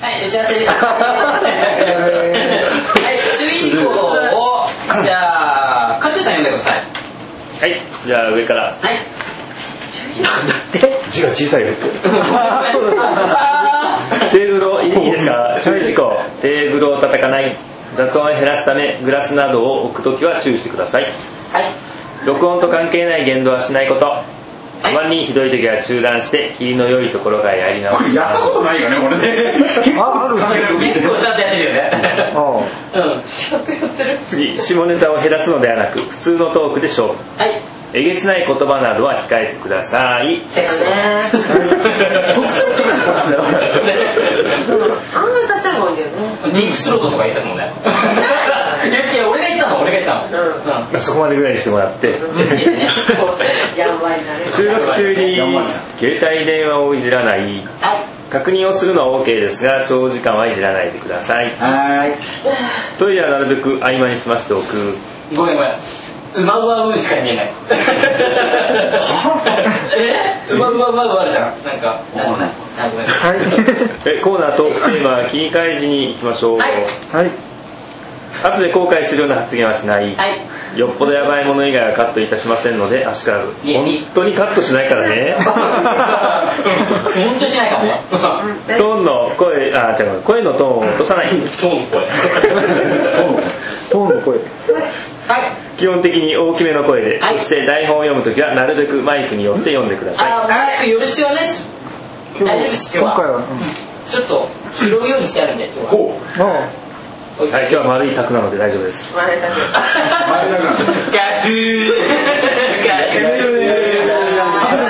はい、打ち合わせです。はい、注意事項を、じゃあ、カトゥーさん読んでください。はいじゃあ上からはい。字が小さいよってあーテーブルをいいですか注意事項テーブルを叩かない雑音を減らすためグラスなどを置くときは注意してくださいはい。録音と関係ない言動はしないことたまにひどい時は中断して霧の良いところがやり直すやったことないよね、俺ね。あある結構ちゃんとやってるよね。あうん。次下ネタを減らすのではなく普通のトークで勝負はい。えげつない言葉などは控えてくださいセックス。即戦とかなあんな歌っちゃうもんだよね。ディープスロートとか言ったもんね。 いや、いや、俺が言ったの、俺が言ったの。 そこまでぐらいにしてもらってうん。気をつけてね。やばいなれ。収録中に携帯電話をいじらないはい。確認をするのは OK ですが長時間はいじらないでくださいはトイレはなるべく合間に済ませておくごめんごめん。うまうまうしか見えない。えうまうまうまうまあるじゃん。なんか、わかんないあごめん。えコーナーとテーマは切り替え時に行きましょう、はいはい後で後悔するような発言はしない、はい。よっぽどやばいもの以外はカットいたしませんので足からず本いえいえ当にカットしないからね本当にしないかもね。 トーンの声あ違う声のトーンを落とさないそうの声。トーンの声はい。基本的に大きめの声で、はいそして台本を読むときはなるべくマイクによって読んでくださいあの、よろしくお願いし今大丈夫で日す今日は今回はうんちょっと拾うようにしてあるんで、今日は。ほあおいはい、今日は丸い卓なので大丈夫です生まれたけど。う。前だから。ガクーガクーるね。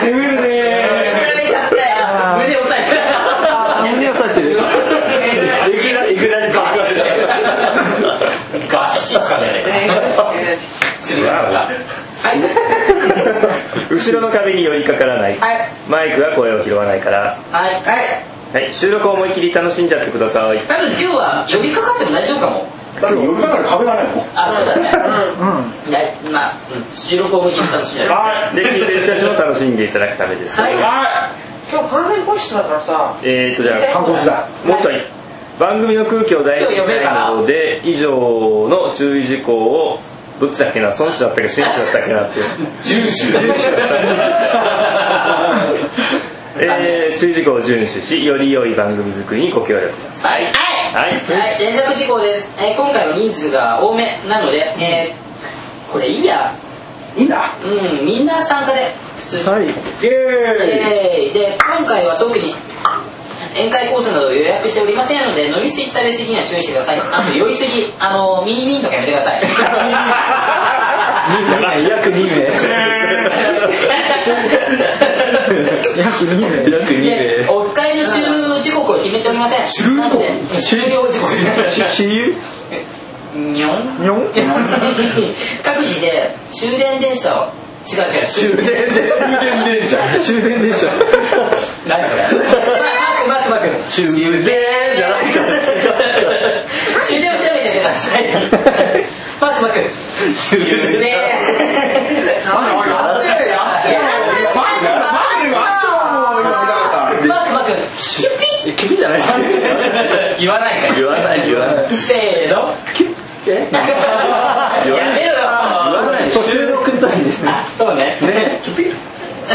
攻めるね。震えちゃったよ胸押さえあ胸を刺してるいくら、いくらでかかるじたガッシッかね。ちょっと笑うな後ろの壁に寄りかからない、はい。マイクが声を拾わないから、はい。はい。はい、収録を思い切り楽しんじゃってください多分今日は寄りかかっても大丈夫かも。だって呼びながら壁がないもん。あ、そうだね。うんいや、まあ、うん収録を見て楽しいじゃないはいぜひ私たちも楽しんでいただくためです、はい。今日完全個室だからさ。えーとじゃあ看護師だ。もうちょい番組の空気を代表したいので以上の注意事項をどっちだっけな孫子だったっけ紳士だったっけな って重視。えー、注意事項を遵守しより良い番組作りにご協力くださはい。はいはい。連絡事項です。えー今回は人数が多めなので、えーこれいいや。いいな。うん、みんな参加で、普通に。はいイエーイ。えーで、今回は特に、宴会コースなどを予約しておりませんので、飲みすぎ、食べすぎには注意してください。あと、酔いすぎ、あの、ミニミンとかやめてください。い約2約2名約2で、オフ会の終了時刻を決めておりません。終了時刻なので終了時刻。しゆにょんにょん 各自で終電電車を、違う違う、終電。終電電車。終電でした何 それ。待って待って待って。終電じゃないから。終電を調べてください。 待って待って。終電。ねえ。やってよ、やってよ。マイク、マイクが勝負を呼びながら。待って待って。君じゃない言わないか言わない言わないらせーのえ やめろよ途中のくんたいですねあそうねは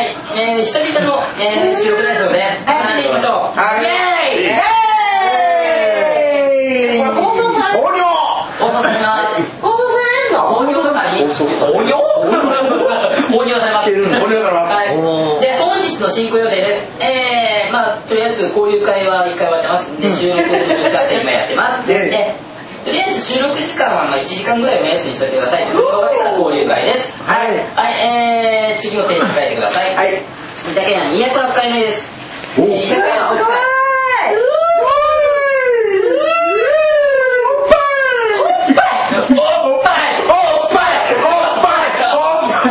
い、えー、久々の、えー、収録ですので楽しんでいきましょうイエーイえい。これ放送されおりょ放送されます放送されるの放送されますおりょ放送されますおりょだな。はい、で本日の進行予定ですえー、まあとりあえず交流会は1回終わってますんで収録時間制今やって ますええでとりあえず収録時間はまあ1時間ぐらいを目安にしといてくださいそれ終わってから交流会ですはい。はい、えー、次のページ書いてください。はい。だけな208回目です。お208回の紹介おっぱいおっぱいおっぱいおっぱ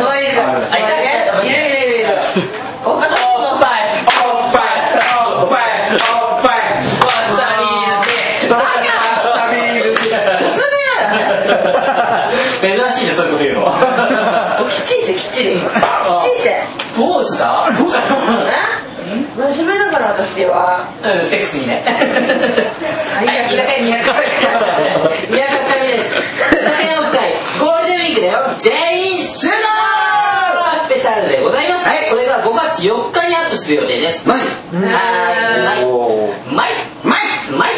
いどういうのはい、だけいやいやいやいやおっぱいおっぱいおっぱいおっぱいおっぱいわさびだサビールしス珍しいね、そういうこと言うの。きっちりしてきっちりきっちりしてどうしたな真面目だから私ではうん、セックスにね。最はい、居酒悪屋208回。208回目です。居酒屋の会、ゴールデンウィークだよ。全員集合スペシャルでございます。はいこれが5月4日にアップする予定です。マイはい、はい、おーマイマイマイ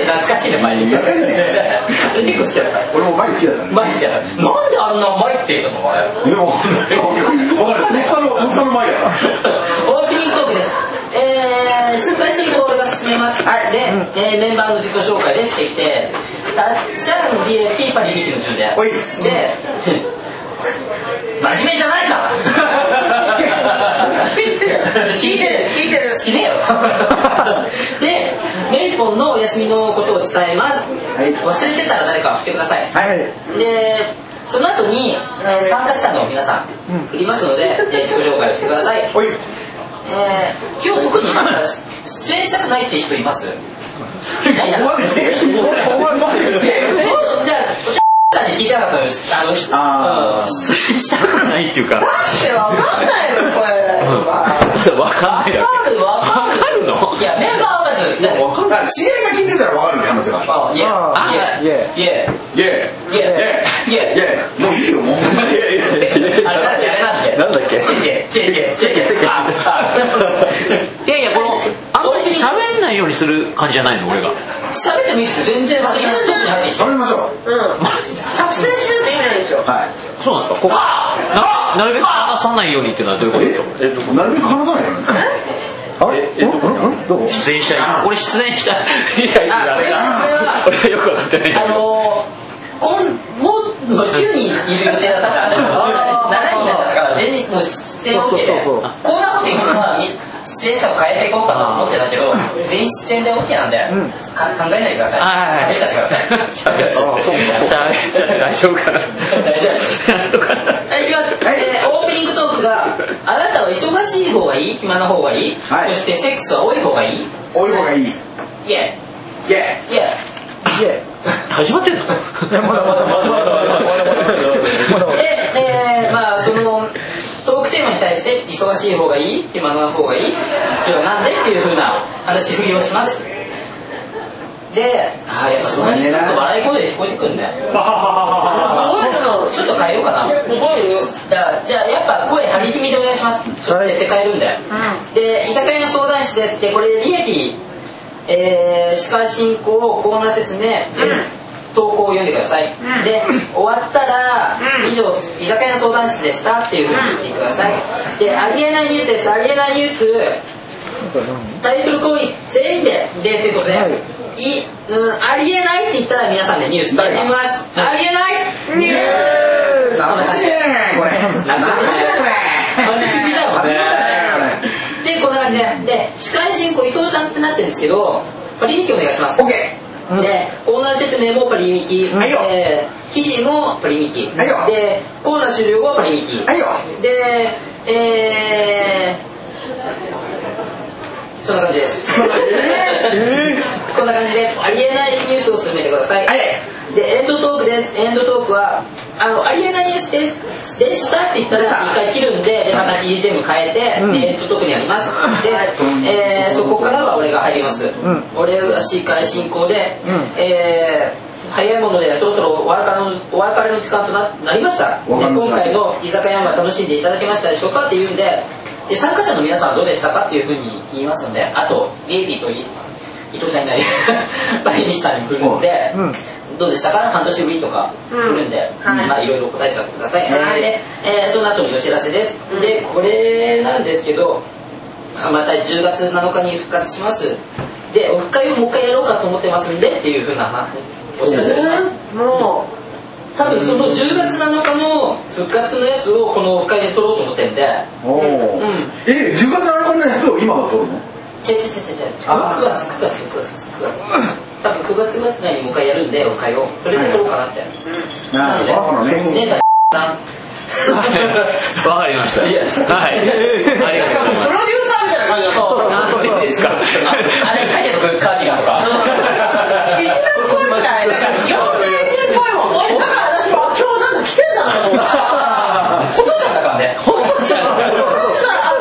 懐かしいね、マイ。懐かしいねあれ結構してる。俺もマイ好きだったねマイじゃない。なんであんなマイって言った のあれ。でも分かるおっさんのおっさんのマイだからオープニングトークです。えー、しっかりしいボールが進めます。で、えーメンバーの自己紹介ですって言って、タッチャーの DFT パリミキの順で。おいで、真面目じゃないじゃん聞いてる聞いてる聞いてる死 ねよで、メイポンのお休みのことを伝えます。い忘れてたら誰か振ってください。はいはいでその後に、えー参加者の皆さん振りますので、 えー自己紹介をしてください、えーおい今日特になんか出演したくないって人いますないだころこまで来てここまで来てじゃあさんに聞いてなかったですあのひあー出演したくないっていうかってわかんないのこれとか分かんないだわかるわかるけ分かるのいやメンバーはまずだわかんない知り合いが聞いてたら分かる可能性がああいやいやいやるイエいやいーイイやエーイいやイエーイもういいよもうイエーイイエーイあれなんだっけあれなんだっけなんだっけチェケチェケチェケああいやいやこのあんまり喋んないようにする感じじゃないの俺が喋ってもいいですよ全然別に今のとこに入ってきて喋りましょう発生してるの意味ないでしょはいそうなんですかここななるべく話さないようにっていうのはどういうことですかえっとなるべく話さないようにあれえっと出演者俺出 演者いやいやあこれは俺はよくわかってないあのー、こんもう9人いる予定だったから、でも7人になっちゃったから、全然もう出演 OK で、こんなこと言うのは、出演者を変えていこうかなと思ってたけど、全員出演で OK なんで、か考えないでくだはいさい。はい喋っちゃってください。喋っちゃって喋っちゃって大丈夫かな大丈夫ですなんとかな はい、いきます。えーオープニングトークが、あなたは忙しい方がいい暇な方がいい、はいそしてセックスは多い方がいいおい方がいいイエいえ、ーいイえ。始まってんので、えー、まあそのトークテーマに対して忙しい方がいい暇な方がいいそれはなんでっていう風な話し振りをしますで、はい、やっぱそこにちょっと笑い声で聞こえてくるんだよちょっと変えようかなだからじゃあやっぱ声張り気味でお願いしますちょっとやって変えるんだよ、で居酒屋の相談室ですでこれ利益えー、司会進行コーナー説明、投稿を読んでください、で終わったら、以上居酒屋の相談室でしたっていうふうに言ってください、でありえないニュースですありえないニュースタイトルコール全員ででということで、いうん、ありえないって言ったら皆さんでニュースやってみます、ありえないニュース懐かしいねこれ懐かしいねこれ私見たよあれあれでこんな感じでで司会進行伊藤さんってなってるんですけどパリミキお願いしますオッケでコーナー説明もパリミキ、はいよで記事もパリミキ、はいよでコーナー終了後はパリミキ、ーはいよでえー、そんな感じです、こんな感じでありえないニュースを進めてください、はいでエンドトークですエンドトークはあのありえないニュースですでしたって言ったら一回切るんででまた BGM 変えて、でエンドトークにありますで、えーそこからは俺が入ります、俺が司会進行で、えー早いものでそろそろお別れのお別れの時間とななりましたでわかり今ました回の居酒屋は楽しんでいただけましたでしょうかっていうんでで参加者の皆さんはどうでしたかっていうふうに言いますのであとリエピーとい伊藤ちゃんいないバイミスさんに来るので、どうでしたか半年ぶりとか来るんで、うんはいまあいろいろ答えちゃってください、はいで、えーその後にお知らせです、でこれなんですけどあまた10月7日に復活しますでオフ会をもう一回やろうかと思ってますんでっていうふうな話お知らせをします、も多分その10月7日の復活のやつをこのオフ会で撮ろうと思ってるんでおうん違おう違う違う違うえ10月7日のやつを今は撮るのあ9月9月9月9月多分9月ぐらいにもう一回やるんでオフ会をそれで撮ろうかなってなるほどねえねだ さんプロデューサーみたいな感じいやわかりましたはいありがとうございまだとなんでですかあれ書いてるカーディガンとか一番怖いみたいななんか業界人っぽいもん俺だから私も今日なんか来てんだなと思ったほとちゃんだからねほとちゃんそしたら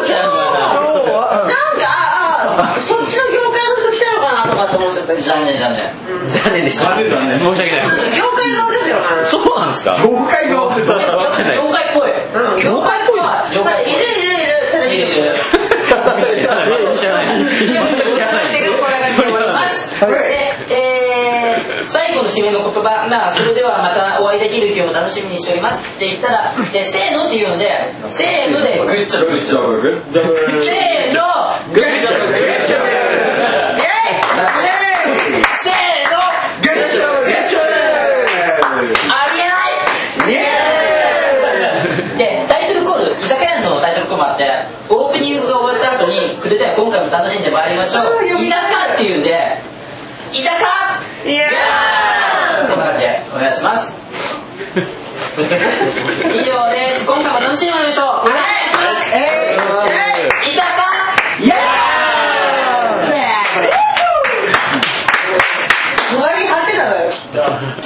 あ今日なんかの業界の人来たのかなとかって思っちゃったりして残念残念残念でした。残念だね申し訳ない。業界側ですよねそうなんですか誤解が起きたわかんないで妖す。怪っぽいうん業界っぽいわ業界っぽいいるいるいるテレビで見る知 らないです。知らないです。知らないセグフォラが来ております。で、えー、最後の締めの言葉、まあ、それではまたお会いできる日を楽しみにしておりますって言ったら、で、せーのって言うので、せーので、グッチョブ。グッジョブグッジせョブーの、グッジョブグッジョイェイせーの、ブグッジョブグッジョブありえないイエ 예!でタイトルコール居酒屋のタイトルコールもあってオープニングが終わった後にそれでは今回も楽しんでまいりましょう居酒屋っていうんで居酒屋イエーイこんな感じでお願いします以上です今回も楽しんでまいりましょうお願いします 예!居酒ーイイエーイ隣に貼ってたのよ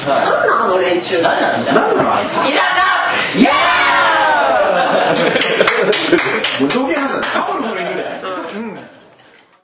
屋なんなの連中何なんだ何なのあい居酒屋つイエーイ